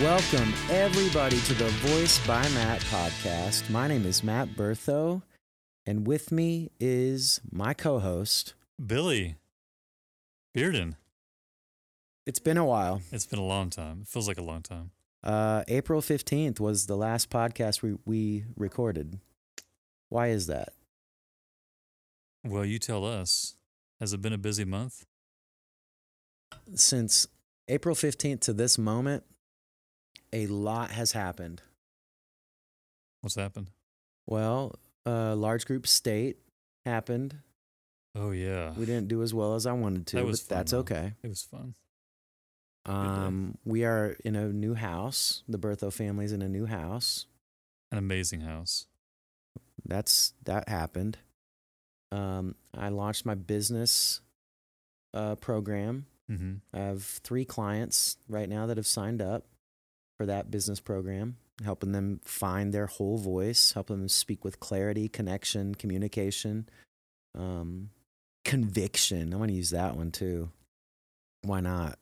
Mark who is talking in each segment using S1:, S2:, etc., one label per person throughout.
S1: Welcome, everybody, to the Voice by Matt podcast. My name is Matt Bertho, and with me is my co host.
S2: Billy Bearden.
S1: It's been a while.
S2: It's been a long time. It feels like a long time.
S1: Uh, April 15th was the last podcast we, we recorded. Why is that?
S2: Well, you tell us. Has it been a busy month?
S1: Since April 15th to this moment, a lot has happened.
S2: What's happened?
S1: Well, uh, large group state happened.
S2: Oh yeah,
S1: We didn't do as well as I wanted to,
S2: That was
S1: but
S2: fun,
S1: that's
S2: though.
S1: okay.
S2: it was fun. day.
S1: Um, we are in a new house. The Bertho family's in a new house.
S2: An amazing house.
S1: That's that happened. Um, I launched my business uh, program.
S2: Mm-hmm.
S1: I have three clients right now that have signed up for that business program, helping them find their whole voice, helping them speak with clarity, connection, communication, um, conviction. I want to use that one too. Why not?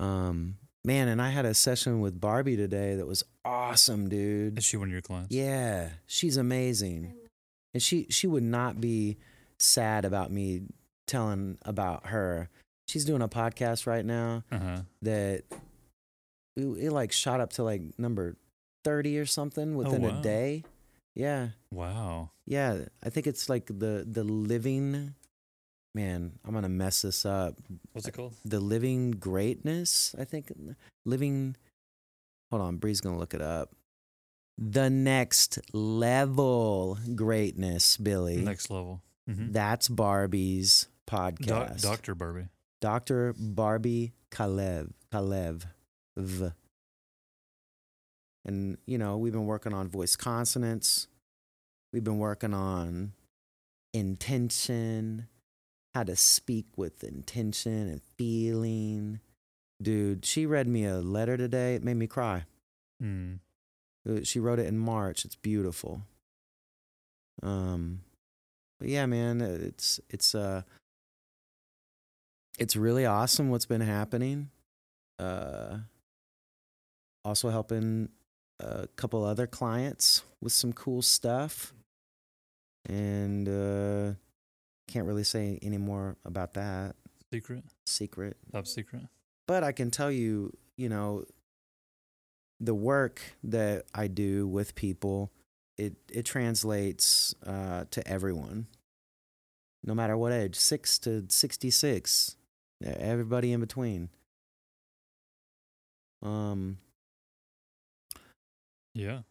S1: Um, man, and I had a session with Barbie today that was awesome, dude.
S2: Is she one of your clients?
S1: Yeah, she's amazing, and she she would not be sad about me telling about her. She's doing a podcast right now
S2: Uh huh.
S1: that it, it like shot up to like number thirty or something within
S2: wow.
S1: a day. Yeah,
S2: Wow.
S1: yeah. I think it's like the the living. Man, I'm gonna mess this up.
S2: What's it called?
S1: The living greatness. I think living. Hold on, Bree's gonna look it up. The next level greatness, Billy.
S2: Next level. Mm-hmm.
S1: That's Barbie's
S2: Doc-
S1: podcast.
S2: Doctor Barbie.
S1: Dr. Barbie Kalev. Kalev. V. And, you know, we've been working on voice consonants. We've been working on intention, how to speak with intention and feeling. Dude, she read me a letter today. It made me cry.
S2: Mm.
S1: Uh, She wrote it in March. It's beautiful. Um, but yeah, man, it's it's uh, it's really awesome what's been happening. Uh, also helping a couple other clients with some cool stuff, and uh, can't really say any more about that
S2: Secret.
S1: secret
S2: Top secret.
S1: but I can tell you, you know, the work that I do with people, it it translates uh, to everyone, no matter what age, six to sixty six, everybody in between. Um,
S2: Yeah.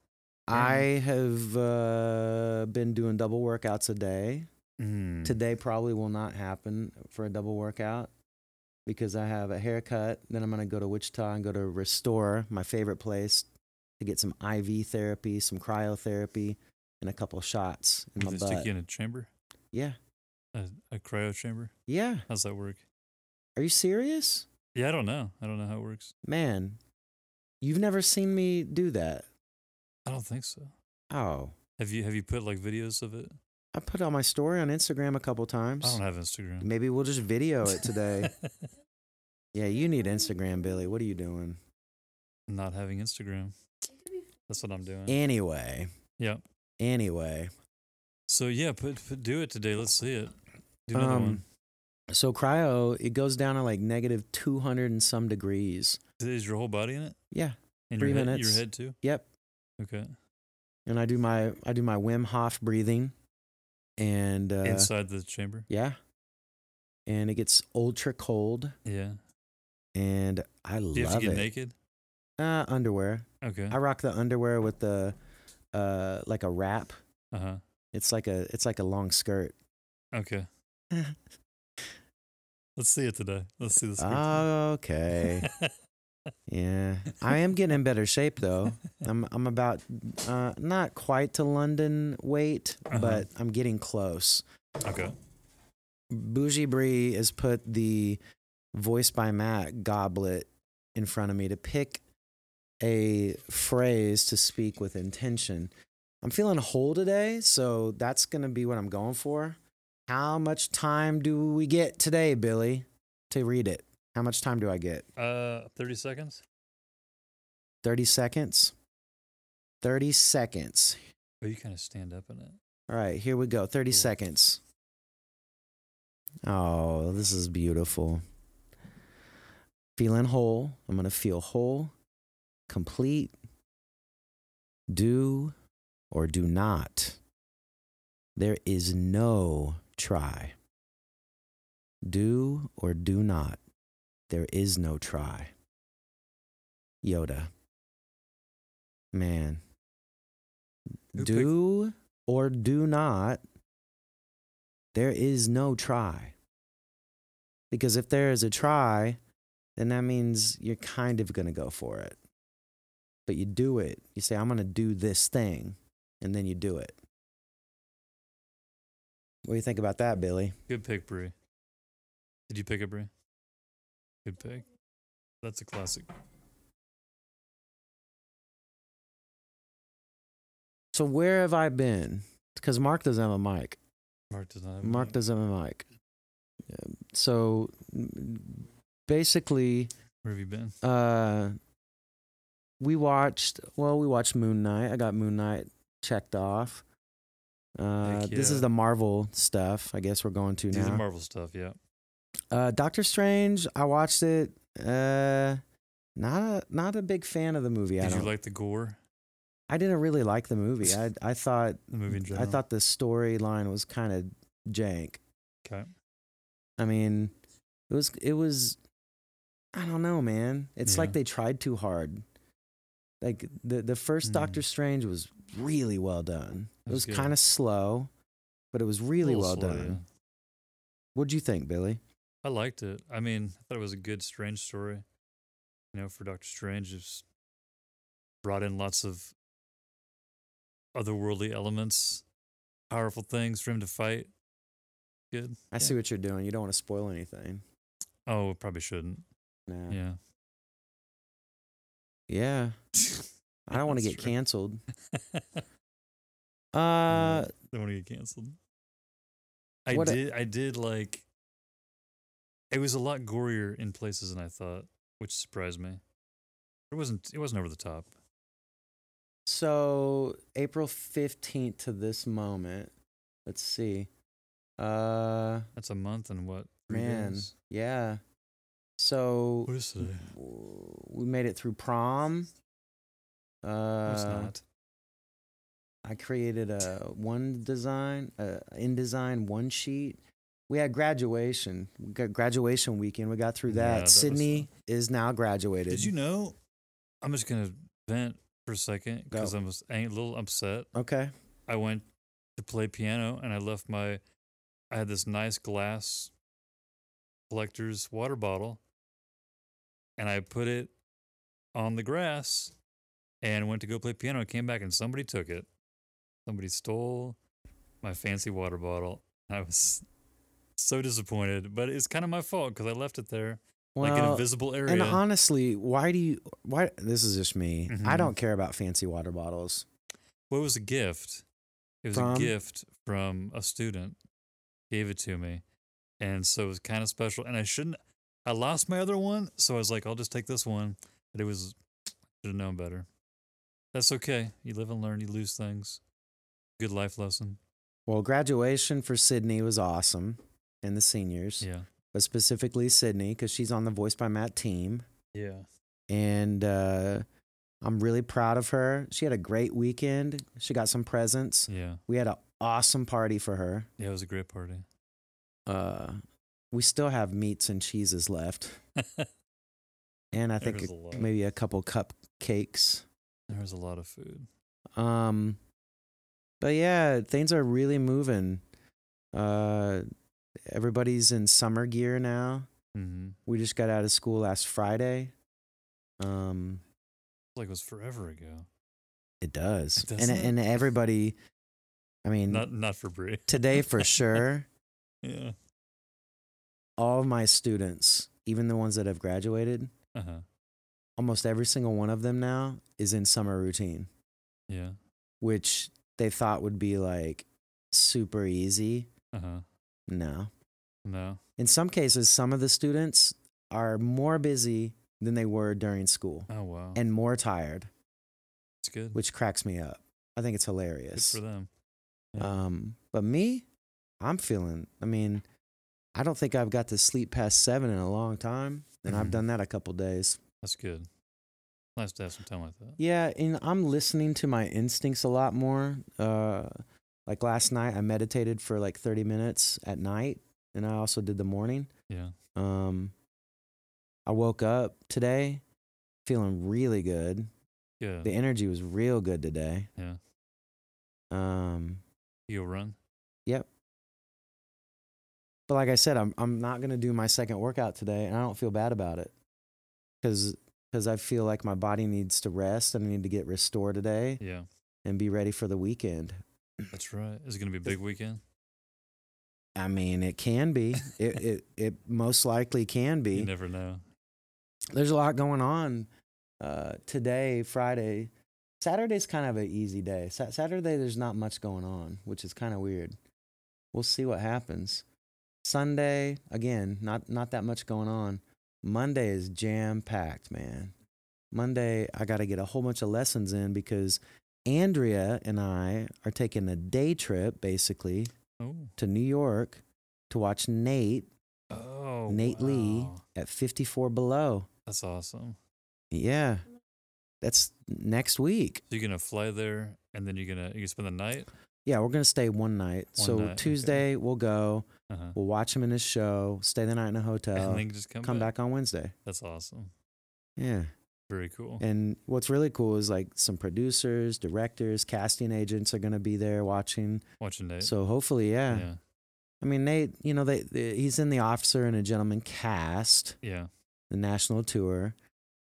S1: I have uh, been doing double workouts a day.
S2: Mm.
S1: Today probably will not happen for a double workout because I have a haircut. Then I'm going to go to Wichita and go to Restore, my favorite place, to get some IV therapy, some cryotherapy, and a couple shots in my
S2: Did they stick
S1: butt.
S2: you in a chamber?
S1: Yeah.
S2: A, a cryo chamber?
S1: Yeah.
S2: How's that work?
S1: Are you serious?
S2: Yeah, I don't know. I don't know how it works.
S1: Man, you've never seen me do that.
S2: I don't think so.
S1: Oh,
S2: Have you Have you put like videos of it?
S1: I put on my story on Instagram a couple
S2: I
S1: times.
S2: don't have Instagram.
S1: Maybe we'll just video it today. yeah, you need Instagram, Billy. What are you doing?
S2: Not having Instagram. That's what I'm doing.
S1: Anyway,
S2: yeah.
S1: anyway.
S2: So yeah, put, put do it today. Let's see it. Do another
S1: Um,
S2: one.
S1: So cryo, it goes down to like negative two hundred and some degrees.
S2: Is your whole body in it?
S1: Yeah.
S2: And
S1: three
S2: your head,
S1: minutes.
S2: Your head too.
S1: Yep.
S2: Okay.
S1: And I do my I do my Wim Hof breathing, and uh,
S2: Inside the chamber.
S1: yeah, and it gets ultra cold,
S2: Yeah.
S1: and I
S2: Do you have
S1: love
S2: to get
S1: it.
S2: naked?
S1: Uh, underwear.
S2: Okay.
S1: I rock the underwear with the uh like a wrap.
S2: Uh huh.
S1: It's like a it's like a long skirt.
S2: Okay. Let's see it today. Let's see this.
S1: okay. Yeah, I am getting in better shape though. I'm I'm about uh, not quite to London weight,
S2: Uh-huh.
S1: but I'm getting close.
S2: okay.
S1: Bougie Bree has put the voice by Matt goblet in front of me to pick a phrase to speak with intention. I'm feeling whole today, so that's gonna be what I'm going for. How much time do we get today, Billy, to read it? How much time do I get?
S2: Uh, thirty seconds.
S1: 30 seconds. 30 seconds.
S2: Oh, you kind of stand up in it.
S1: All right, here we go. 30
S2: Cool.
S1: seconds. Oh, this is beautiful. Feeling whole. I'm going to feel whole, complete, do or do not. There is no try. Do or do not. There is no try. Yoda. Man.
S2: Who picked-
S1: do or do not, there is no try. Because if there is a try, then that means you're kind of going to go for it. But you do it. You say, I'm going to do this thing. And then you do it. What do you think about that, Billy?
S2: Good pick, Bree. Did you pick it, Bree? Good pick. That's a classic.
S1: So, where have I been? Because Mark doesn't have a mic.
S2: Mark does not. Have a
S1: Mark
S2: mic.
S1: doesn't have a mic. Um, So, m- basically,
S2: Where have you been?
S1: uh we watched well we watched moon knight i got moon knight checked off uh
S2: Heck
S1: this
S2: yeah.
S1: is the marvel stuff i guess we're going to
S2: These
S1: now
S2: are Marvel stuff. Yeah.
S1: uh Doctor Strange I watched it uh not a not a big fan of the movie I
S2: Did you
S1: don't
S2: like the gore?
S1: I didn't really like the movie I I thought
S2: The movie in
S1: I
S2: general.
S1: thought the storyline was kind of jank
S2: Okay.
S1: I mean, it was it was I don't know, man. It's
S2: Yeah.
S1: like they tried too hard. Like the the first
S2: Mm.
S1: Doctor Strange was really well done.
S2: That
S1: it was
S2: was good.
S1: kind of slow, but it was really
S2: Little
S1: well
S2: slow,
S1: done.
S2: yeah.
S1: What'd you think, Billy?
S2: I liked it. I mean, I thought it was a good strange story. You know, for Doctor Strange, it's brought in lots of otherworldly elements, powerful things for him to fight. Good.
S1: I see what you're doing. You don't want to spoil anything.
S2: Oh, probably shouldn't.
S1: No. Yeah.
S2: Yeah.
S1: I don't want to
S2: That's
S1: get
S2: true.
S1: canceled.
S2: Don't
S1: Uh
S2: want to get canceled. I
S1: What a-
S2: did. I did like. It was a lot gorier in places than I thought, which surprised me. It wasn't. It wasn't over the top.
S1: So April fifteenth to this moment. Let's see. Uh
S2: That's a month and what? three
S1: man.
S2: days?
S1: Yeah. So
S2: What is today?
S1: w- we made it through prom.
S2: No, it's
S1: Uh,
S2: not.
S1: I created a one design, uh, InDesign one sheet. We had graduation, we got graduation weekend. We got through
S2: Yeah,
S1: that.
S2: that was
S1: Sydney is now graduated.
S2: Did you know? I'm just gonna vent for a second
S1: Go.
S2: because I'm s- a little upset.
S1: Okay.
S2: I went to play piano and I left my. I had this nice glass collector's water bottle, and I put it on the grass, and went to go play piano. I came back and somebody took it. Somebody stole my fancy water bottle. I was so disappointed, but it's kind of my fault because I left it there, like an
S1: Well,
S2: invisible area.
S1: and honestly, why do you? Why this is just me. I
S2: Mhm.
S1: don't care about fancy water bottles.
S2: What was a gift? It was
S1: From?
S2: a gift from a student. Gave it to me. And so it was kind of special. And I shouldn't I lost my other one, so I was like, I'll just take this one. But it was should have known better. That's okay. You live and learn, you lose things. Good life lesson.
S1: Well, graduation for Sydney was awesome, and the seniors,
S2: Yeah.
S1: but specifically Sydney because she's on the Voice by Matt team.
S2: Yeah.
S1: and uh, I'm really proud of her. She had a great weekend. She got some presents.
S2: Yeah.
S1: We had an awesome party for her.
S2: Yeah, it was a great party.
S1: Uh, we still have meats and cheeses left,
S2: there
S1: and I
S2: There
S1: think
S2: was
S1: a-
S2: a lot.
S1: maybe a couple cupcakes.
S2: was a lot of food.
S1: Um, but yeah, things are really moving. Uh, everybody's in summer gear now.
S2: Mm-hmm.
S1: We just got out of school last Friday. Um,
S2: Like it was forever ago.
S1: it does,
S2: It
S1: and
S2: doesn't?
S1: and everybody. I mean,
S2: Not not for Brie.
S1: today for sure
S2: Yeah.
S1: all of my students even the ones that have graduated
S2: Uh-huh.
S1: almost every single one of them now is in summer routine
S2: Yeah.
S1: which they thought would be like super easy
S2: Uh-huh.
S1: no
S2: No.
S1: in some cases some of the students are more busy than they were during school
S2: Oh wow,
S1: and more tired,
S2: it's good.
S1: which cracks me up. I think it's
S2: Good
S1: hilarious.
S2: for them. Yeah.
S1: Um, but me, I'm feeling, I mean, I don't think I've got to sleep past seven in a long time. And I've
S2: Mhm.
S1: done that a couple days.
S2: That's good. Nice to have some time like that.
S1: Yeah. And I'm listening to my instincts a lot more. Uh, like last night, I meditated for like 30 minutes at night. And I also did the morning.
S2: Yeah.
S1: Um, I woke up today feeling really good.
S2: Yeah.
S1: The energy was real good today.
S2: Yeah.
S1: Um,
S2: You'll run.
S1: But like I said, I'm I'm not gonna do my second workout today, and I don't feel bad about it, because I feel like my body needs to rest and I need to get restored today
S2: Yeah.
S1: and be ready for the weekend.
S2: That's right. Is it going to be a big weekend?
S1: I mean, it can be. It it it most likely can
S2: You
S1: be.
S2: never know.
S1: There's a lot going on uh, today, Friday. Saturday's kind of an easy day. Sa- Saturday, there's not much going on, which is kind of weird. We'll see what happens. Sunday, again, not not that much going on. Monday is jam packed, man. Monday, I got to get a whole bunch of lessons in because Andrea and I are taking a day trip, basically,
S2: Oh.
S1: to New York to watch Nate
S2: Oh.
S1: Nate Lee.
S2: wow.
S1: at 54 Below.
S2: That's awesome.
S1: Yeah, that's next week.
S2: So you're gonna fly there, and then you're gonna you spend the night.
S1: Yeah, we're gonna stay one night.
S2: One
S1: so
S2: night, okay.
S1: Tuesday we'll go.
S2: Uh-huh.
S1: We'll watch him in his show. Stay the night in a hotel.
S2: and then just come,
S1: come back on Wednesday.
S2: That's awesome.
S1: Yeah.
S2: Very cool.
S1: And what's really cool is like some producers, directors, casting agents are going to be there watching.
S2: Watching Nate.
S1: So hopefully, yeah.
S2: yeah.
S1: I mean, Nate, you know, they, they he's in the Officer and a Gentleman cast,
S2: Yeah.
S1: the national tour,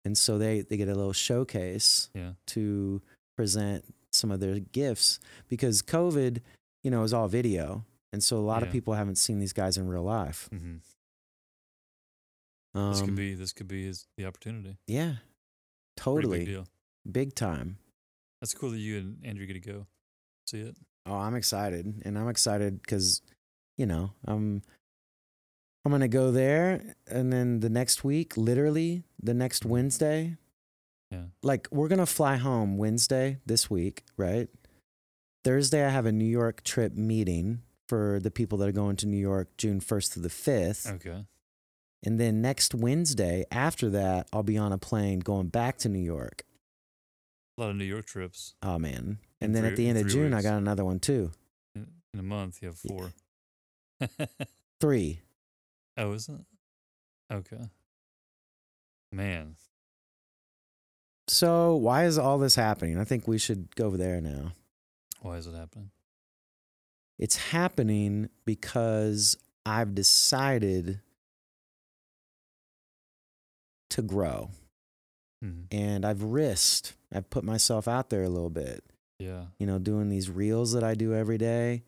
S1: and so they they get a little showcase
S2: Yeah.
S1: to present some of their gifts because COVID, you know, is all video, and so a lot of
S2: Yeah.
S1: people haven't seen these guys in real life.
S2: hmm
S1: Um,
S2: this could be this could be his the opportunity.
S1: yeah,
S2: Pretty
S1: totally,
S2: Big deal.
S1: big time.
S2: That's cool that you and Andrew get to go see it.
S1: Oh, I'm excited, and I'm excited because, you know, I'm I'm gonna go there, and then the next week, literally the next Wednesday,
S2: Yeah.
S1: like we're gonna fly home Wednesday this week, right? Thursday, I have a New York trip meeting for the people that are going to New York June 1st to the 5th.
S2: Okay.
S1: And then next Wednesday, after that, I'll be on a plane going back to New York.
S2: A lot of New York trips
S1: Oh, man.
S2: In
S1: And then at
S2: three-
S1: the end
S2: in
S1: of
S2: three
S1: June, I
S2: weeks.
S1: got another one too.
S2: in, in a month. You have
S1: Yeah.
S2: four.
S1: Three.
S2: oh, is it? Okay. Man,
S1: So why is all this happening? I think we should go over there now.
S2: why is it happening?
S1: It's happening because I've decided to grow
S2: hmm
S1: and I've risked. I've put myself out there a little bit,
S2: Yeah.
S1: you know, doing these reels that I do every day.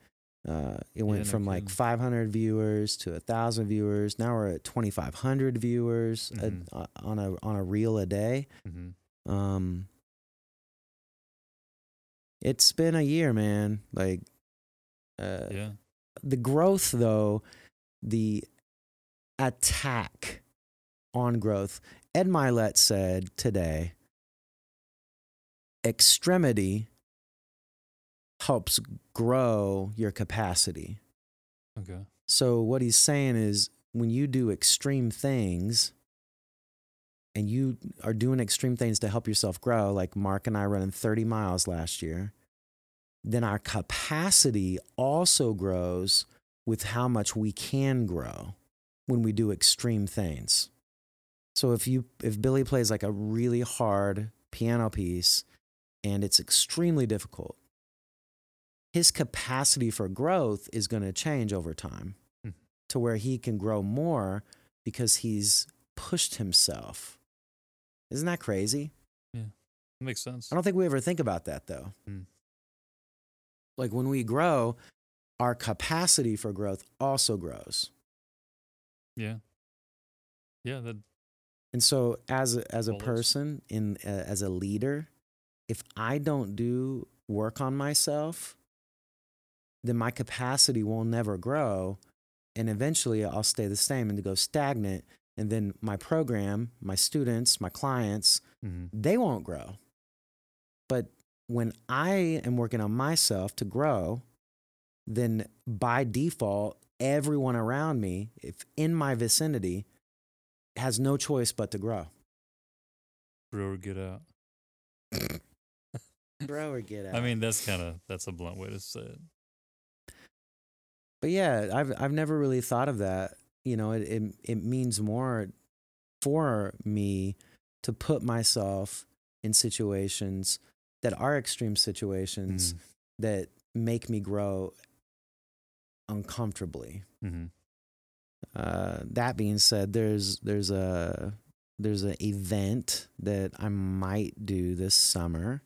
S1: Uh, it went
S2: no
S1: from like
S2: kidding.
S1: 500 viewers to 1,000 viewers. Now we're at 2,500 viewers a-
S2: Mhm.
S1: uh on, a, on a reel a day.
S2: hmm
S1: Um, it's been a year, man. Like, uh,
S2: Yeah.
S1: the growth though, the attack on growth. Ed Milet said today, extremity helps grow your capacity.
S2: Okay.
S1: So what he's saying is when you do extreme things and you are doing extreme things to help yourself grow, like Mark and I running 30 miles last year, then our capacity also grows with how much we can grow when we do extreme things. So if you if Billy plays like a really hard piano piece and it's extremely difficult, his capacity for growth is going to change over time
S2: Hmm.
S1: to where he can grow more because he's pushed himself. Isn't that crazy?
S2: Makes sense.
S1: I don't think we ever think about that though.
S2: Hmm.
S1: Like when we grow, our capacity for growth also grows.
S2: Yeah. Yeah. That.
S1: And so as a, as a
S2: Follows.
S1: person in uh, as a leader, if I don't do work on myself, then my capacity will never grow and eventually I'll stay the same and to go stagnant And then my program, my students, my clients,
S2: Mhm.
S1: they won't grow. But when I am working on myself to grow, then by default, everyone around me, if in my vicinity, has no choice but to grow.
S2: Grow or get out.
S1: Grow or get out.
S2: I mean, that's kind of that's a blunt way to say it.
S1: But yeah, I've I've never really thought of that. You know, it it, it means more for me to put myself in situations that are extreme situations
S2: Mhm.
S1: that make me grow uncomfortably.
S2: Mhm.
S1: Uh, that being said, there's there's a there's an event that I might do this summer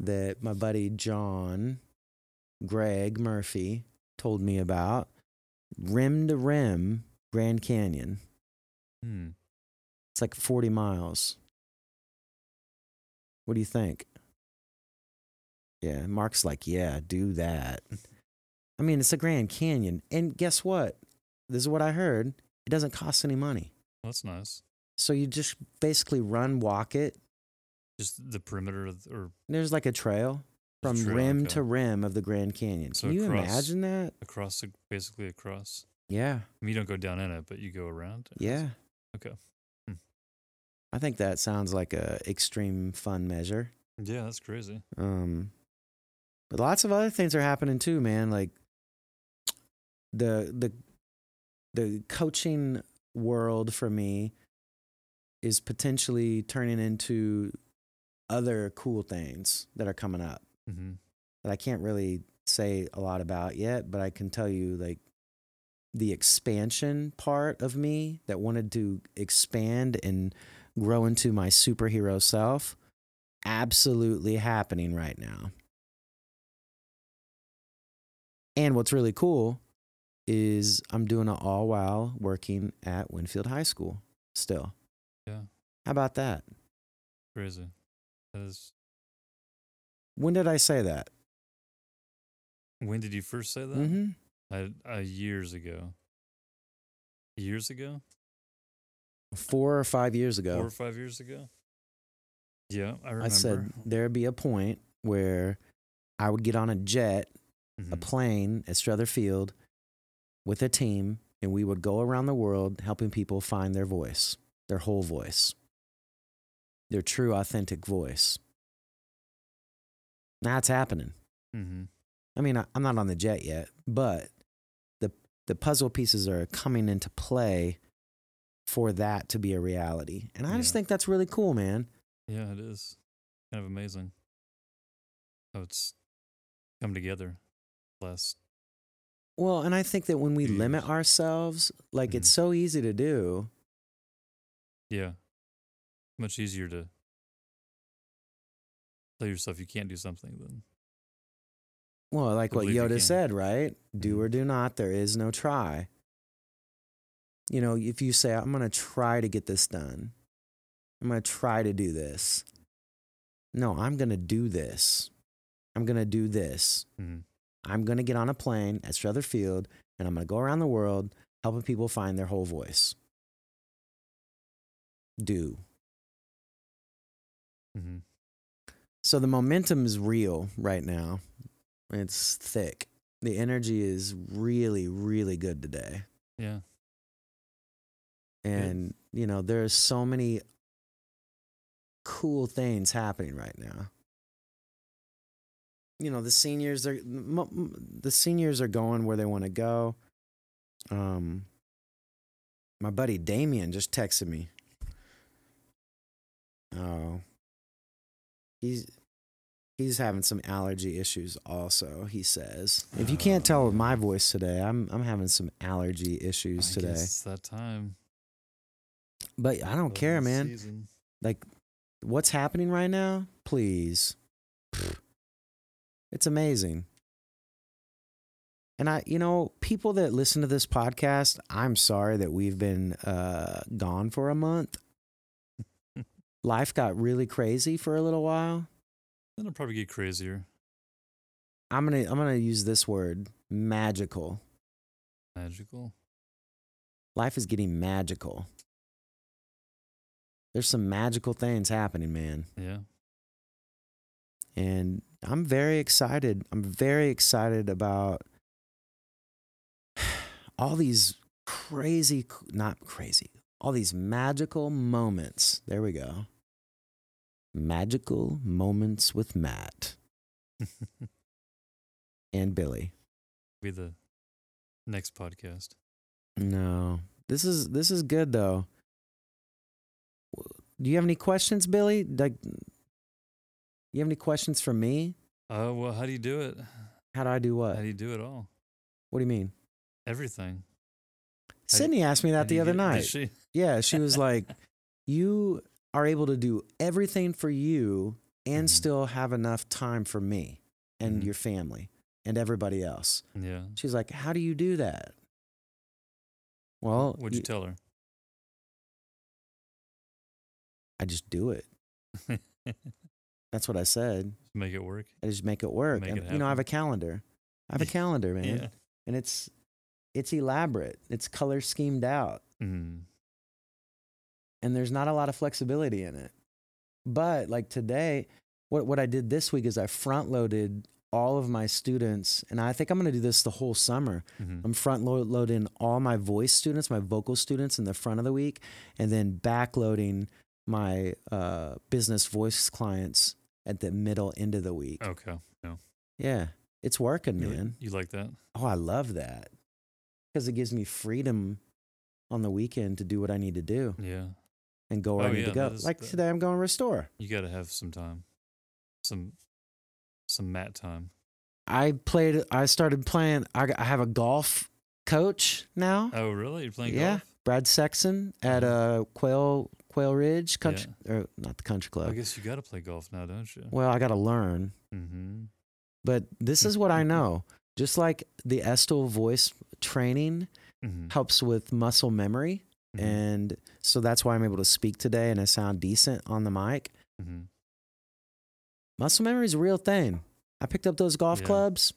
S1: that my buddy John Greg Murphy told me about. Rim to rim Grand Canyon.
S2: Hmm.
S1: It's like 40 miles. What do you think? Yeah, Mark's like, yeah, do that. I mean, it's a Grand Canyon. And guess what? This is what I heard. It doesn't cost any money.
S2: That's nice.
S1: So you just basically run, walk it.
S2: Just the perimeter of, or
S1: There's like a trail from
S2: trail,
S1: rim
S2: okay.
S1: to rim of the Grand Canyon.
S2: So
S1: Can you
S2: across-
S1: imagine that?
S2: across, the, basically across.
S1: Yeah.
S2: I mean, you don't go down in it, but you go around. it.
S1: Yeah.
S2: Okay. Hmm.
S1: I think that sounds like a extreme fun measure.
S2: Yeah, that's crazy.
S1: Um, but lots of other things are happening too, man. Like the the the coaching world for me is potentially turning into other cool things that are coming up
S2: hmm
S1: that I can't really say a lot about yet, but I can tell you like the expansion part of me that wanted to expand and grow into my superhero self absolutely happening right now. And what's really cool is I'm doing it all while working at Winfield High School still.
S2: Yeah,
S1: How about that?
S2: crazy. That is,
S1: When did I say that?
S2: when did you first say that?
S1: Mm-hmm.
S2: I, I years ago. Years ago,
S1: Four or five years ago.
S2: four or five years ago. Yeah, I remember.
S1: I said there'd be a point where I would get on a jet, a
S2: Mhm.
S1: plane at Strother Field with a team, and we would go around the world helping people find their voice, their whole voice, their true, authentic voice. Now it's happening.
S2: Mhm.
S1: I mean, I- I'm not on the jet yet, but the, the puzzle pieces are coming into play for that to be a reality. And I just
S2: Yeah.
S1: think that's really cool, man.
S2: Yeah, it is kind of amazing how it's come together. Last,
S1: Well, and I think that when we
S2: Few
S1: limit
S2: years.
S1: ourselves, like it's
S2: Mm-hmm.
S1: so easy to do.
S2: yeah, much easier to tell yourself you can't do something than
S1: Well, like
S2: I
S1: what
S2: believe you
S1: Yoda
S2: can.
S1: said, right? Do
S2: Mhm.
S1: or do not, there is no try. You know, if you say, I'm going to try to get this done, I'm going to try to do this. No, I'm going to do this. I'm going to do this.
S2: Mhm.
S1: I'm going to get on a plane at Strother Field and I'm going to go around the world helping people find their whole voice. Do.
S2: Mhm.
S1: So the momentum is real right now. It's thick. The energy is really, really good today.
S2: yeah,
S1: And, you know, there are so many cool things happening right now. You know, the seniors are m- m- the seniors are going where they want to go. Um my buddy Damien just texted me. Oh. He's he's having some allergy issues also, he says. If you can't tell with my voice today, I'm I'm having some allergy issues
S2: I
S1: today.
S2: guess it's that time.
S1: But I don't
S2: of
S1: care,
S2: the
S1: man.
S2: season.
S1: Like what's happening right now? Please. Pfft. It's amazing. And I, you know, people that listen to this podcast, I'm sorry that we've been uh, gone for a month. Life got really crazy for a little while.
S2: Then it'll probably get crazier.
S1: I'm gonna, I'm gonna use this word, magical.
S2: Magical.
S1: Life is getting magical. There's some magical things happening, man.
S2: Yeah.
S1: And I'm very excited. I'm very excited about all these crazy, not crazy, all these magical moments. There we go. Magical moments with Matt and Billy.
S2: Be the next podcast.
S1: No. This is this is good though. Do you have any questions, Billy? Like you have any questions for me?
S2: Uh, well, how do you do it?
S1: How do I do
S2: How
S1: what?
S2: do you do it all?
S1: What do you mean?
S2: Everything. do-
S1: Sydney asked me
S2: How
S1: that
S2: do
S1: the
S2: you
S1: other
S2: get- did
S1: night.
S2: She,
S1: Yeah, she was like, "You are able to do everything for you and
S2: Mhm.
S1: still have enough time for me and
S2: Mhm.
S1: your family and everybody else."
S2: yeah.
S1: She's like, "How do you do that?" Well,
S2: What'd you
S1: you-
S2: tell her?
S1: I just do it. That's what I said.
S2: Make it work.
S1: I just make it work.
S2: Make
S1: and,
S2: it
S1: you know, I have
S2: happen.
S1: a calendar. I have a calendar, man,
S2: Yeah.
S1: and it's it's elaborate. It's color schemed out.
S2: Mm.
S1: and there's not a lot of flexibility in it. But like today, what, what I did this week is I front loaded all of my students, and I think I'm going to do this the whole summer.
S2: Mhm.
S1: I'm front lo- loading all my voice students, my vocal students in the front of the week, and then back loading my uh, business voice clients at the middle end of the week.
S2: Okay. No.
S1: Yeah, it's working,
S2: You, li-
S1: man.
S2: you like that?
S1: Oh, I love that because it gives me freedom on the weekend to do what I need to do
S2: Yeah.
S1: and go where
S2: Oh,
S1: I need
S2: yeah,
S1: to go.
S2: that is-
S1: Like
S2: that-
S1: today, I'm going restore.
S2: You got to have some time, some, some mat time.
S1: I played. I started playing. I, I have a golf coach now,
S2: Oh, really? You're playing
S1: Yeah.
S2: golf? Mm-hmm.
S1: Brad Sexton at uh, Quail Quail Ridge Country, or not the Country
S2: I
S1: Club.
S2: guess you got to play golf now, don't you?
S1: Well, I got to learn,
S2: Mm-hmm.
S1: but this is what I know. Just like the Estel voice training
S2: Mm-hmm.
S1: helps with muscle memory, and so that's why I'm able to speak today and I sound decent on the mic.
S2: mm-hmm.
S1: Muscle memory is a real thing. I picked up those golf
S2: Yeah.
S1: clubs.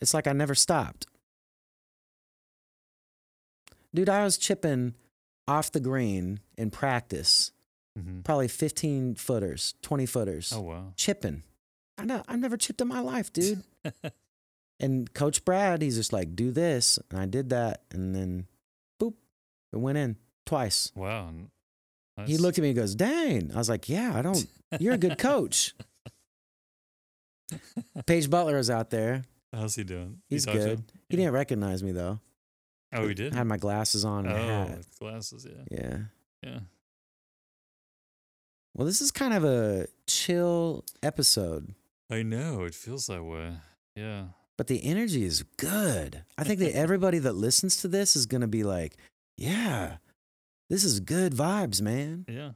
S1: It's like I never stopped. Dude, I was chipping off the green in practice,
S2: Mm-hmm.
S1: probably 15 footers, 20 footers,
S2: Oh, wow.
S1: chipping. I know, I've never chipped in my life, dude. and Coach Brad, he's just like, do this. And I did that. And then, boop, it went in twice.
S2: wow. n-
S1: He
S2: nice.
S1: looked at me and goes, dang. I was like, yeah, I don't, you're a good coach. Paige Butler was out there.
S2: How's he doing? You
S1: He's
S2: talked to
S1: good.
S2: him?
S1: He
S2: Yeah.
S1: didn't recognize me though.
S2: Oh, he did.
S1: I had my glasses on and a
S2: oh,
S1: hat.
S2: with glasses. Yeah.
S1: Yeah.
S2: Yeah.
S1: Well, this is kind of a chill episode,
S2: I know. It feels that way. Yeah.
S1: but the energy is good. I think that everybody that listens to this is going to be like, yeah, this is good vibes, man.
S2: Yeah.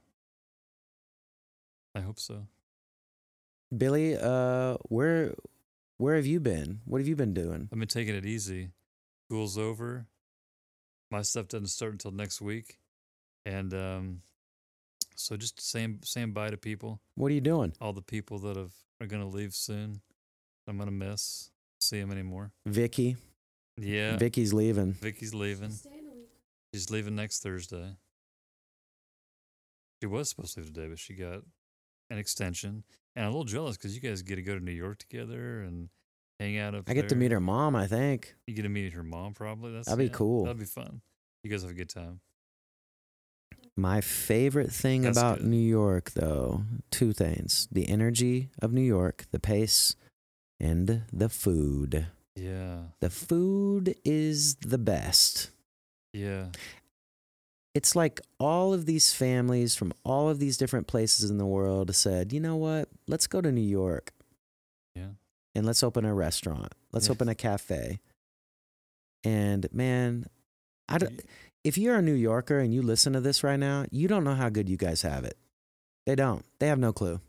S2: I hope so.
S1: Billy, uh, where, where have you been? What have you been doing?
S2: I've been taking it easy. School's over. My stuff doesn't start until next week, and um, so just saying saying bye to people.
S1: What are you doing?
S2: All the people that have are gonna leave soon. I'm gonna miss see them anymore.
S1: Vicky.
S2: Yeah.
S1: Vicky's leaving.
S2: Vicky's leaving. She's leaving next Thursday. She was supposed to leave today, but she got an extension. And I'm a little jealous because you guys get to go to New York together and hang out up
S1: I get to
S2: there.
S1: meet her mom, I think.
S2: You get to meet her mom, probably. That's
S1: That'd be cool.
S2: That'd be fun. You guys have a good time.
S1: My favorite thing
S2: That's
S1: about
S2: good.
S1: New York, though, two things the energy of New York, the pace, and the food.
S2: Yeah,
S1: The food is the best.
S2: yeah,
S1: It's like all of these families from all of these different places in the world said, you know what? Let's go to New York
S2: yeah.
S1: and let's open a restaurant. Let's
S2: Yeah.
S1: open a cafe. And man, I
S2: You-
S1: don't, if you're a New Yorker and you listen to this right now, you don't know how good you guys have it. They don't. They have no clue.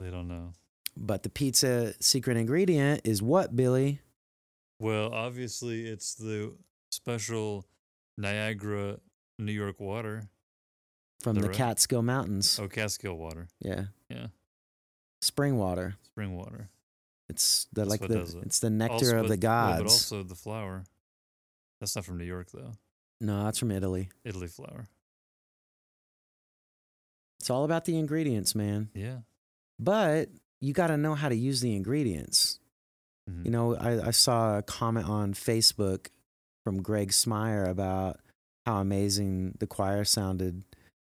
S2: They don't know.
S1: But the pizza secret ingredient is what, Billy?
S2: Well, obviously, it's the special Niagara, New York water.
S1: From
S2: The
S1: the
S2: re-
S1: Catskill Mountains.
S2: Oh, Catskill water,
S1: Yeah.
S2: Yeah.
S1: Spring water.
S2: spring water.
S1: It's the
S2: That's
S1: like
S2: what
S1: the
S2: does it.
S1: it's the
S2: Also-
S1: nectar of the
S2: but- well,
S1: gods.
S2: but also the flower. That's not from New York, though.
S1: no, that's from Italy.
S2: Italy flower.
S1: It's all about the ingredients, man.
S2: Yeah.
S1: But you got to know how to use the ingredients.
S2: Mhm.
S1: You know, I, I saw a comment on Facebook from Greg Smyer about how amazing the choir sounded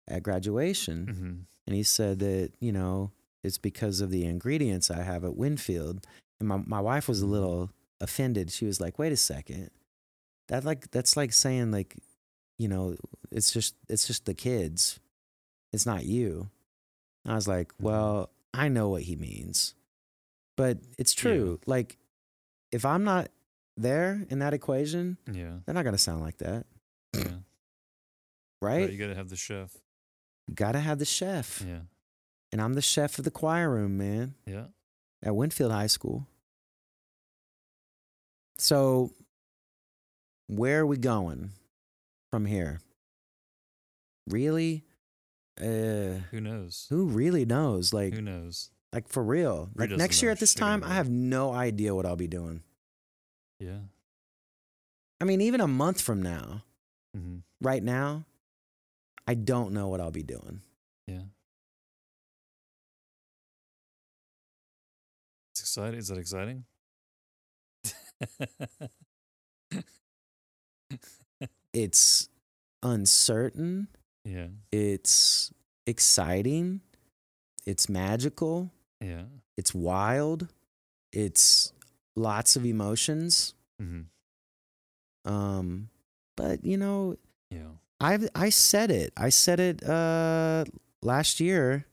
S1: at graduation.
S2: Mhm.
S1: And he said that, you know, it's because of the ingredients I have at Winfield. And my, my wife was a
S2: Mm-hmm.
S1: little offended. She was like, wait a second. That like that's like saying like, you know, it's just it's just the kids. It's not you. And I was like,
S2: Mm-hmm.
S1: well, I know what he means. But it's true. Like if I'm not there in that equation,
S2: Yeah.
S1: they're not gonna sound like that.
S2: Yeah.
S1: Right?
S2: But you got to have the chef.
S1: Gotta have the chef.
S2: Yeah.
S1: And I'm the chef of the choir room, man.
S2: Yeah.
S1: at Winfield High School. So, where are we going from here? Really? Uh,
S2: Who knows?
S1: who really knows? Like,
S2: Who knows?
S1: like for real? Like
S2: doesn't
S1: next
S2: know
S1: year at this
S2: shit about
S1: time, I
S2: it.
S1: have no idea what I'll be doing.
S2: Yeah.
S1: I mean, even a month from now,
S2: hmm
S1: right now, I don't know what I'll be doing.
S2: Yeah. It's exciting. Is that exciting?
S1: It's uncertain.
S2: yeah.
S1: It's exciting. It's magical.
S2: Yeah.
S1: it's wild it's lots of emotions
S2: hmm
S1: um but you know
S2: Yeah.
S1: i've i said it i said it uh last year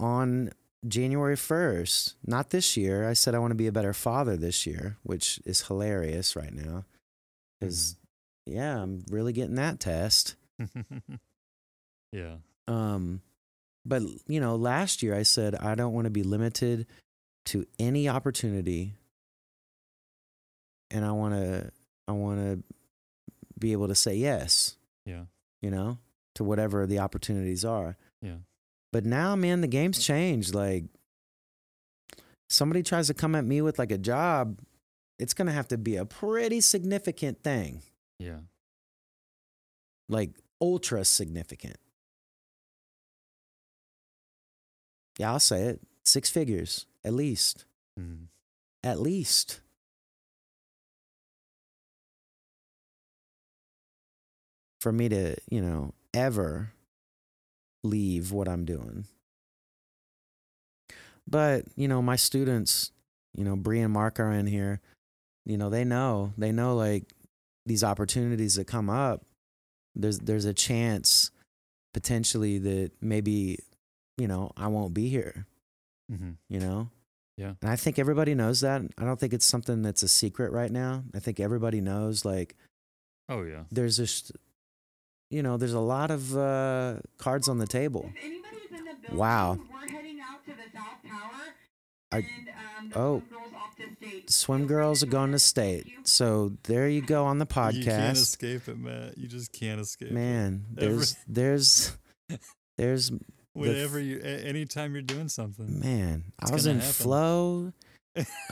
S1: on january 1st not this year i said i want to be a better father this year which is hilarious right now because yeah i'm really getting that test
S2: yeah.
S1: Um, but you know, last year I said I don't want to be limited to any opportunity, and I want to I want to be able to say yes.
S2: Yeah.
S1: You know, to whatever the opportunities are.
S2: Yeah.
S1: But now, man, the game's changed. Like, somebody tries to come at me with like a job, it's gonna have to be a pretty significant thing,
S2: Yeah.
S1: like ultra significant. Yeah, I'll say it. Six figures, at least.
S2: Mhm.
S1: At least. For me to, you know, ever leave what I'm doing. But, you know, my students, you know, Bree and Mark are in here, you know, they know, they know like these opportunities that come up, there's there's a chance potentially that maybe, you know, I won't be here
S2: Mhm.
S1: you know?
S2: Yeah.
S1: And I think everybody knows that. I don't think it's something that's a secret right now. I think everybody knows like
S2: Oh yeah.
S1: there's this you know, there's a lot of uh cards on the table.
S3: If anybody's in the building,
S1: Wow.
S3: We're heading out to the South Tower.
S1: I-
S3: and, um, the
S1: oh.
S3: Swim Girls off to state.
S1: Swim girls are going to state. So there you go on the
S2: You can't
S1: podcast.
S2: escape it, Matt. You just can't escape. it.
S1: Man,
S2: Every-
S1: there's there's there's
S2: Whenever you, a- anytime you're doing something.
S1: man, I
S2: It's
S1: was
S2: gonna
S1: in
S2: happen.
S1: flow.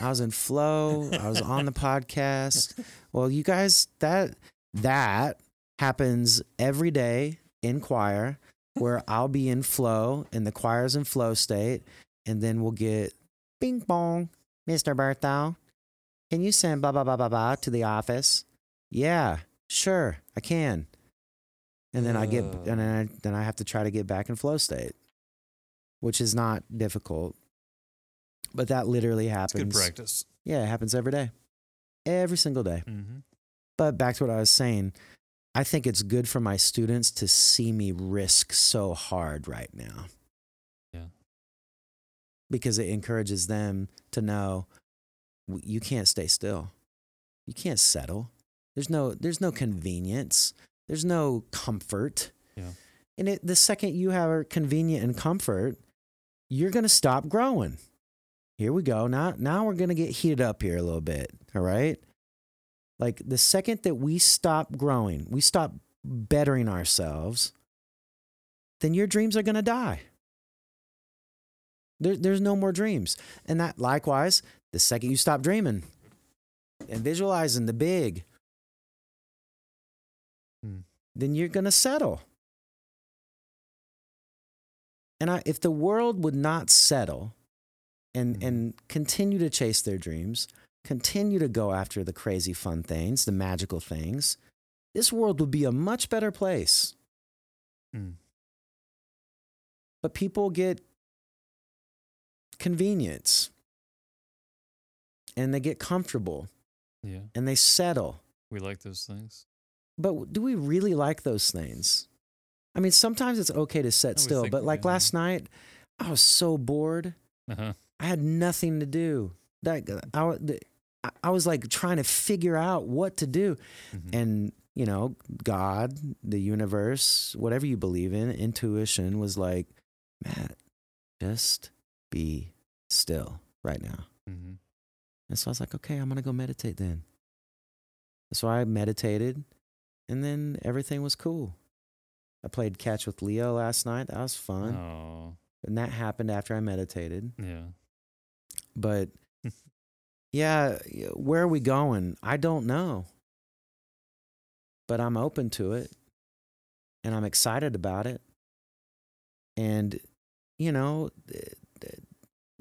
S1: I was in flow. I was on the podcast. Well, you guys, that that happens every day in choir, where I'll be in flow, and the choir's in flow state, and then we'll get bing bong, Mister Berthow. Can you send blah blah blah blah blah to the office? Yeah, sure, I can. And then I get,
S2: Uh.
S1: and then I, then I have to try to get back in flow state, which is not difficult. But that literally
S2: It's good
S1: happens.
S2: practice.
S1: Yeah, it happens every day, every single day.
S2: hmm
S1: But back to what I was saying, I think it's good for my students to see me risk so hard right now.
S2: Yeah.
S1: Because it encourages them to know w- you can't stay still. You can't settle. There's no there's no convenience. There's no comfort.
S2: Yeah.
S1: And it, the second you have convenient and comfort, you're going to stop growing. Here we go. Now now we're going to get heated up here a little bit, all right? Like the second that we stop growing, we stop bettering ourselves, then your dreams are going to die. There, there's no more dreams. And that likewise, the second you stop dreaming and visualizing the big,
S2: Hmm.
S1: then you're going to settle. And I, if the world would not settle and,
S2: Mhm.
S1: and continue to chase their dreams, continue to go after the crazy fun things, the magical things, this world would be a much better place.
S2: Mm.
S1: But people get convenience and they get comfortable
S2: Yeah.
S1: and they settle.
S2: We like those things.
S1: But do we really like those things? I mean, sometimes it's okay to set
S2: would
S1: still,
S2: think
S1: but
S2: we
S1: like
S2: do.
S1: last night, I was so bored.
S2: Uh-huh.
S1: I had nothing to do. That I, wa- the- I- I was like trying to figure out what to do,
S2: Mhm.
S1: and you know, God, the universe, whatever you believe in, intuition was like, Matt, just be still right now.
S2: Mhm.
S1: And so I was like, okay, I'm gonna go meditate then. So I meditated, and then everything was cool. I played catch with Leo last night. That was fun,
S2: Oh,
S1: and that happened after I meditated.
S2: yeah.
S1: But yeah, y- where are we going? I don't know. But I'm open to it and I'm excited about it. And, you know, th- th-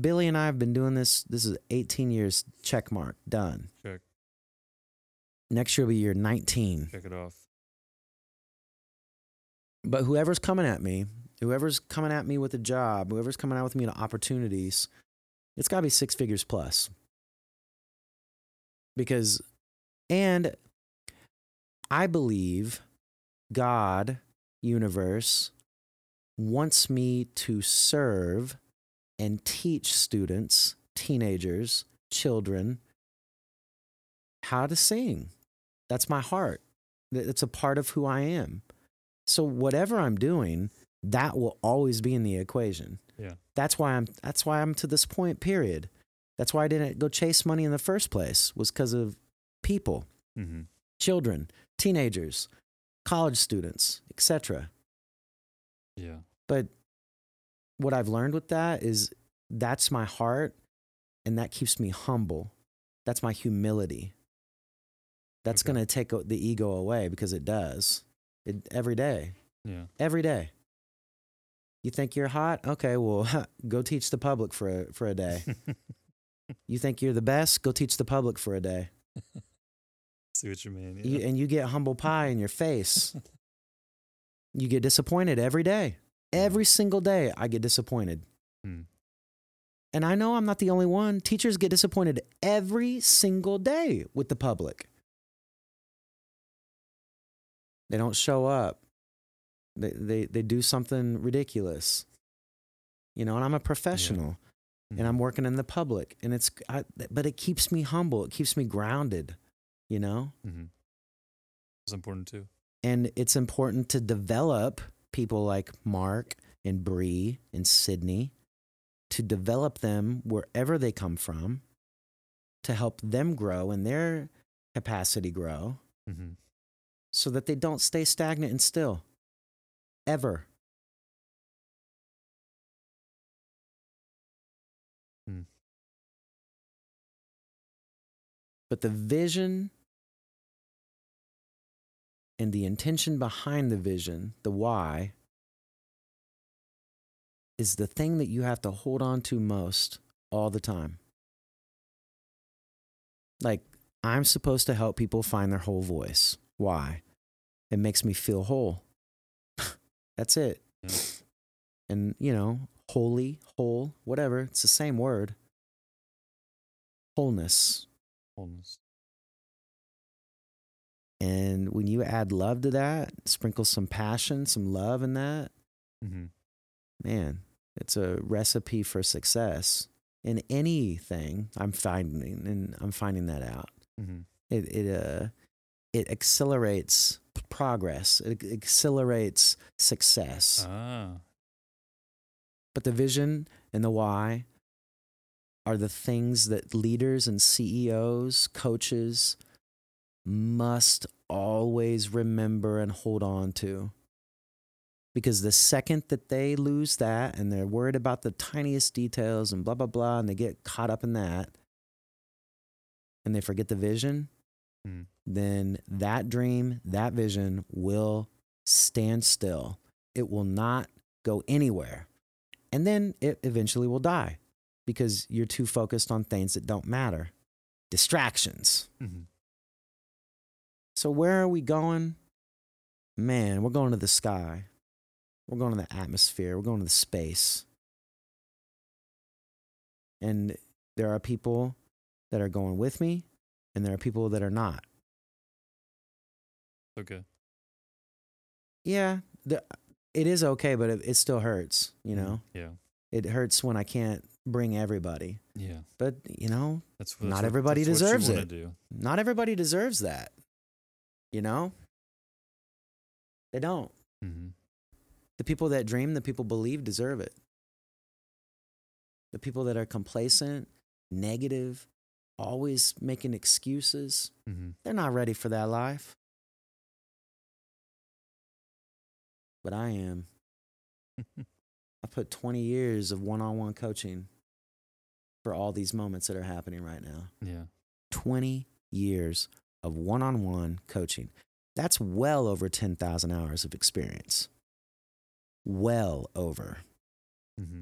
S1: Billy and I have been doing this. This is 18 years check mark done.
S2: Check.
S1: Next year will be year 19.
S2: Check it off.
S1: But whoever's coming at me, whoever's coming at me with a job, whoever's coming out with me to opportunities, it's got to be six figures plus. Because, and I believe God, universe, wants me to serve and teach students, teenagers, children how to sing. That's my heart. Th- It's a part of who I am. So whatever I'm doing, that will always be in the equation.
S2: Yeah.
S1: That's why I'm that's why I'm to this point period. That's why I didn't go chase money in the first place was cuz of people,
S2: Mm-hmm.
S1: children, teenagers, college students, etc.
S2: Yeah.
S1: But what I've learned with that is that's my heart and that keeps me humble. That's my humility. That's
S2: Okay.
S1: going to take o- the ego away because it does. It, every day
S2: Yeah.
S1: every day. You think you're hot? Okay, well, go teach the public for a, for a day. you think you're the best? Go teach the public for a day.
S2: See what you mean.
S1: You,
S2: Yeah.
S1: and you get humble pie in your face. you get disappointed every day. Every single day, I get disappointed.
S2: Hmm.
S1: And I know I'm not the only one. Teachers get disappointed every single day with the public. They don't show up. They they they do something ridiculous. You know, and I'm a professional
S2: Hmm.
S1: and I'm working in the public and it's I, but it keeps me humble. It keeps me grounded, you know?
S2: Mm-hmm. It's important too.
S1: and it's important to develop people like Mark and Bree and Sydney to develop them wherever they come from to help them grow and their capacity grow
S2: Mm-hmm.
S1: so that they don't stay stagnant and still ever
S2: Hmm.
S1: but the vision and the intention behind the vision, the why, is the thing that you have to hold on to most all the time. Like, I'm supposed to help people find their whole voice. Why? It makes me feel whole. That's it.
S2: Yeah.
S1: And, you know, holy, whole, whatever, it's the same word. Wholeness.
S2: Wholeness.
S1: And when you add love to that, sprinkle some passion, some love in that,
S2: Mm-hmm.
S1: man, it's a recipe for success in anything. I'm finding, and I'm finding that out.
S2: Mm-hmm.
S1: It it uh, it accelerates p- progress. It ac- accelerates success.
S2: Ah.
S1: But the vision and the why are the things that leaders and CEOs, coaches must always remember and hold on to. Because the second that they lose that and they're worried about the tiniest details and blah, blah, blah, and they get caught up in that and they forget the vision,
S2: Hmm.
S1: then that dream, that vision will stand still. It will not go anywhere And then it eventually will die because you're too focused on things that don't matter distractions.
S2: Mhm.
S1: So where are we going? Man, we're going to the sky. We're going to the atmosphere. We're going to the space. And there are people that are going with me and there are people that are not.
S2: Okay.
S1: Yeah, the, it is okay, but it, it still hurts, you
S2: Mm-hmm.
S1: know.
S2: Yeah.
S1: It hurts when I can't bring everybody.
S2: Yeah.
S1: But, you know,
S2: That's, that's
S1: Not
S2: what-
S1: everybody
S2: that's what you
S1: deserves
S2: wanna
S1: it.
S2: Do.
S1: not everybody deserves that. You know? They don't.
S2: hmm
S1: The people that dream, the people believe deserve it. The people that are complacent, negative, always making excuses,
S2: hmm
S1: they're not ready for that life. But I am. I put 20 years of one on one coaching for all these moments that are happening right now.
S2: Yeah.
S1: 20 years of one on one coaching. That's well over 10,000 hours of experience. Well over.
S2: hmm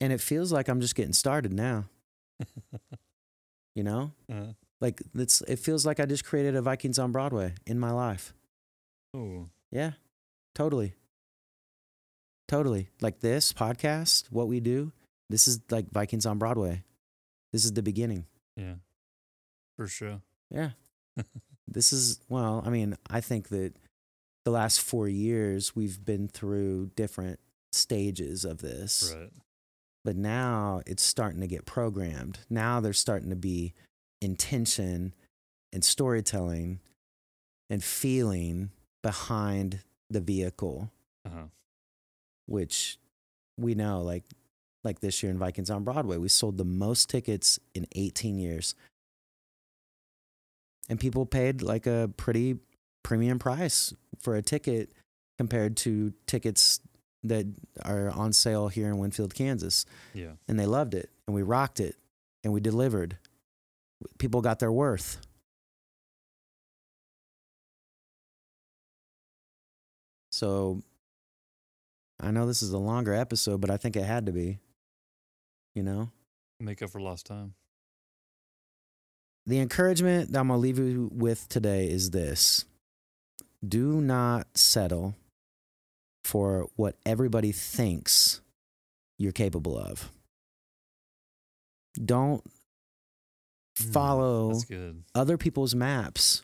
S1: And it feels like I'm just getting started now. you know?
S2: Uh,
S1: Like it's it feels like I just created a Vikings on Broadway in my life.
S2: oh,
S1: Yeah. Totally. Totally. Like this podcast, what we do, this is like Vikings on Broadway. This is the beginning.
S2: yeah. For sure.
S1: Yeah. this is, well, I mean, I think that the last four years we've been through different stages of this.
S2: Right.
S1: But now it's starting to get programmed. Now there's starting to be intention and storytelling and feeling behind the vehicle,
S2: Uh huh.
S1: which we know, like, like this year in Vikings on Broadway, we sold the most tickets in 18 years. And people paid like a pretty premium price for a ticket compared to tickets that are on sale here in Winfield, Kansas
S2: Yeah.
S1: and they loved it and we rocked it and we delivered people got their worth so i know this is a longer episode but i think it had to be you know
S2: Make up for lost time.
S1: the encouragement that i'm going to leave you with today is this do not settle for what everybody thinks you're capable of don't
S2: Hmm,
S1: follow
S2: That's good.
S1: other people's maps.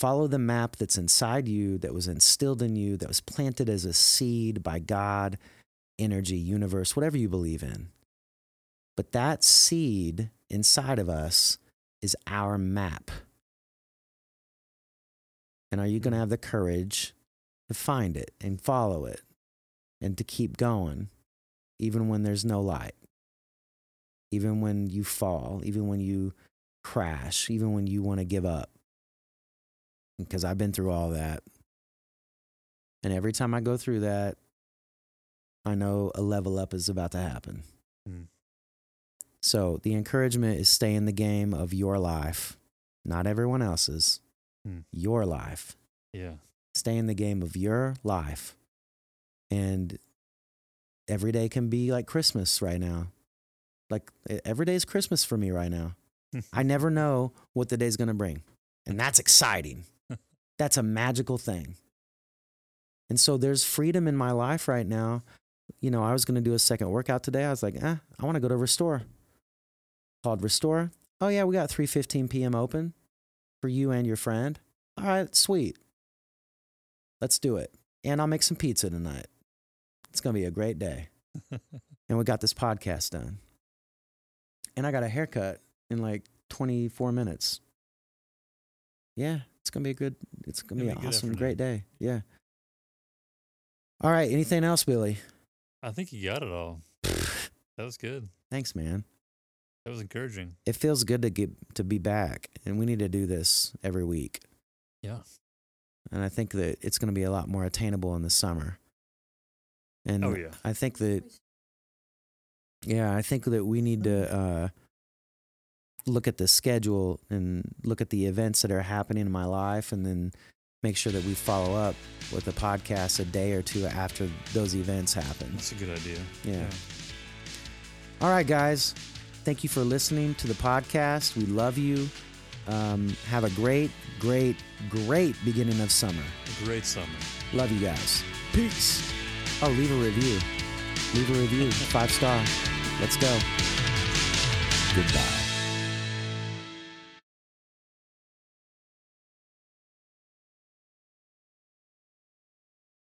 S1: Follow the map that's inside you, that was instilled in you, that was planted as a seed by God, energy, universe, whatever you believe in. But that seed inside of us is our map. And are you going to have the courage to find it and follow it and to keep going, even when there's no light, even when you fall, even when you crash, even when you want to give up. Because I've been through all that. And every time I go through that, I know a level up is about to happen.
S2: Mm.
S1: So the encouragement is stay in the game of your life, not everyone else's,
S2: Mm.
S1: your life
S2: Yeah.
S1: stay in the game of your life. And every day can be like Christmas right now. Like e- every day is Christmas for me right now. I never know what the day's going to bring. And that's exciting. That's a magical thing. And so there's freedom in my life right now. You know, I was going to do a second workout today. I was like, eh, I want to go to Restore. Called Restore. Oh, yeah, we got 3.15 p.m. open for you and your friend. All right, sweet. Let's do it. And I'll make some pizza tonight. It's going to be a great day. and we got this podcast done. And I got a haircut in like 24 minutes. Yeah, it's going to be a good, it's going to be
S2: It'll
S1: an
S2: be a good
S1: awesome,
S2: afternoon.
S1: great day. Yeah. All right. Anything else, Billy?
S2: I think you got it all. that was good.
S1: Thanks, man.
S2: That was encouraging.
S1: It feels good to get to be back, and we need to do this every week.
S2: Yeah.
S1: And I think that it's going to be a lot more attainable in the summer. And
S2: Oh, yeah.
S1: I think that Yeah, I think that we need to uh, look at the schedule and look at the events that are happening in my life, and then make sure that we follow up with a podcast a day or two after those events happen.
S2: That's a good idea.
S1: Yeah. All right, guys. Thank you for listening to the podcast. We love you. Um, have a great, great, great beginning of summer.
S2: Great summer.
S1: Love you guys. Peace. Oh, leave a review. Leave a review. Five star. Let's go. Goodbye.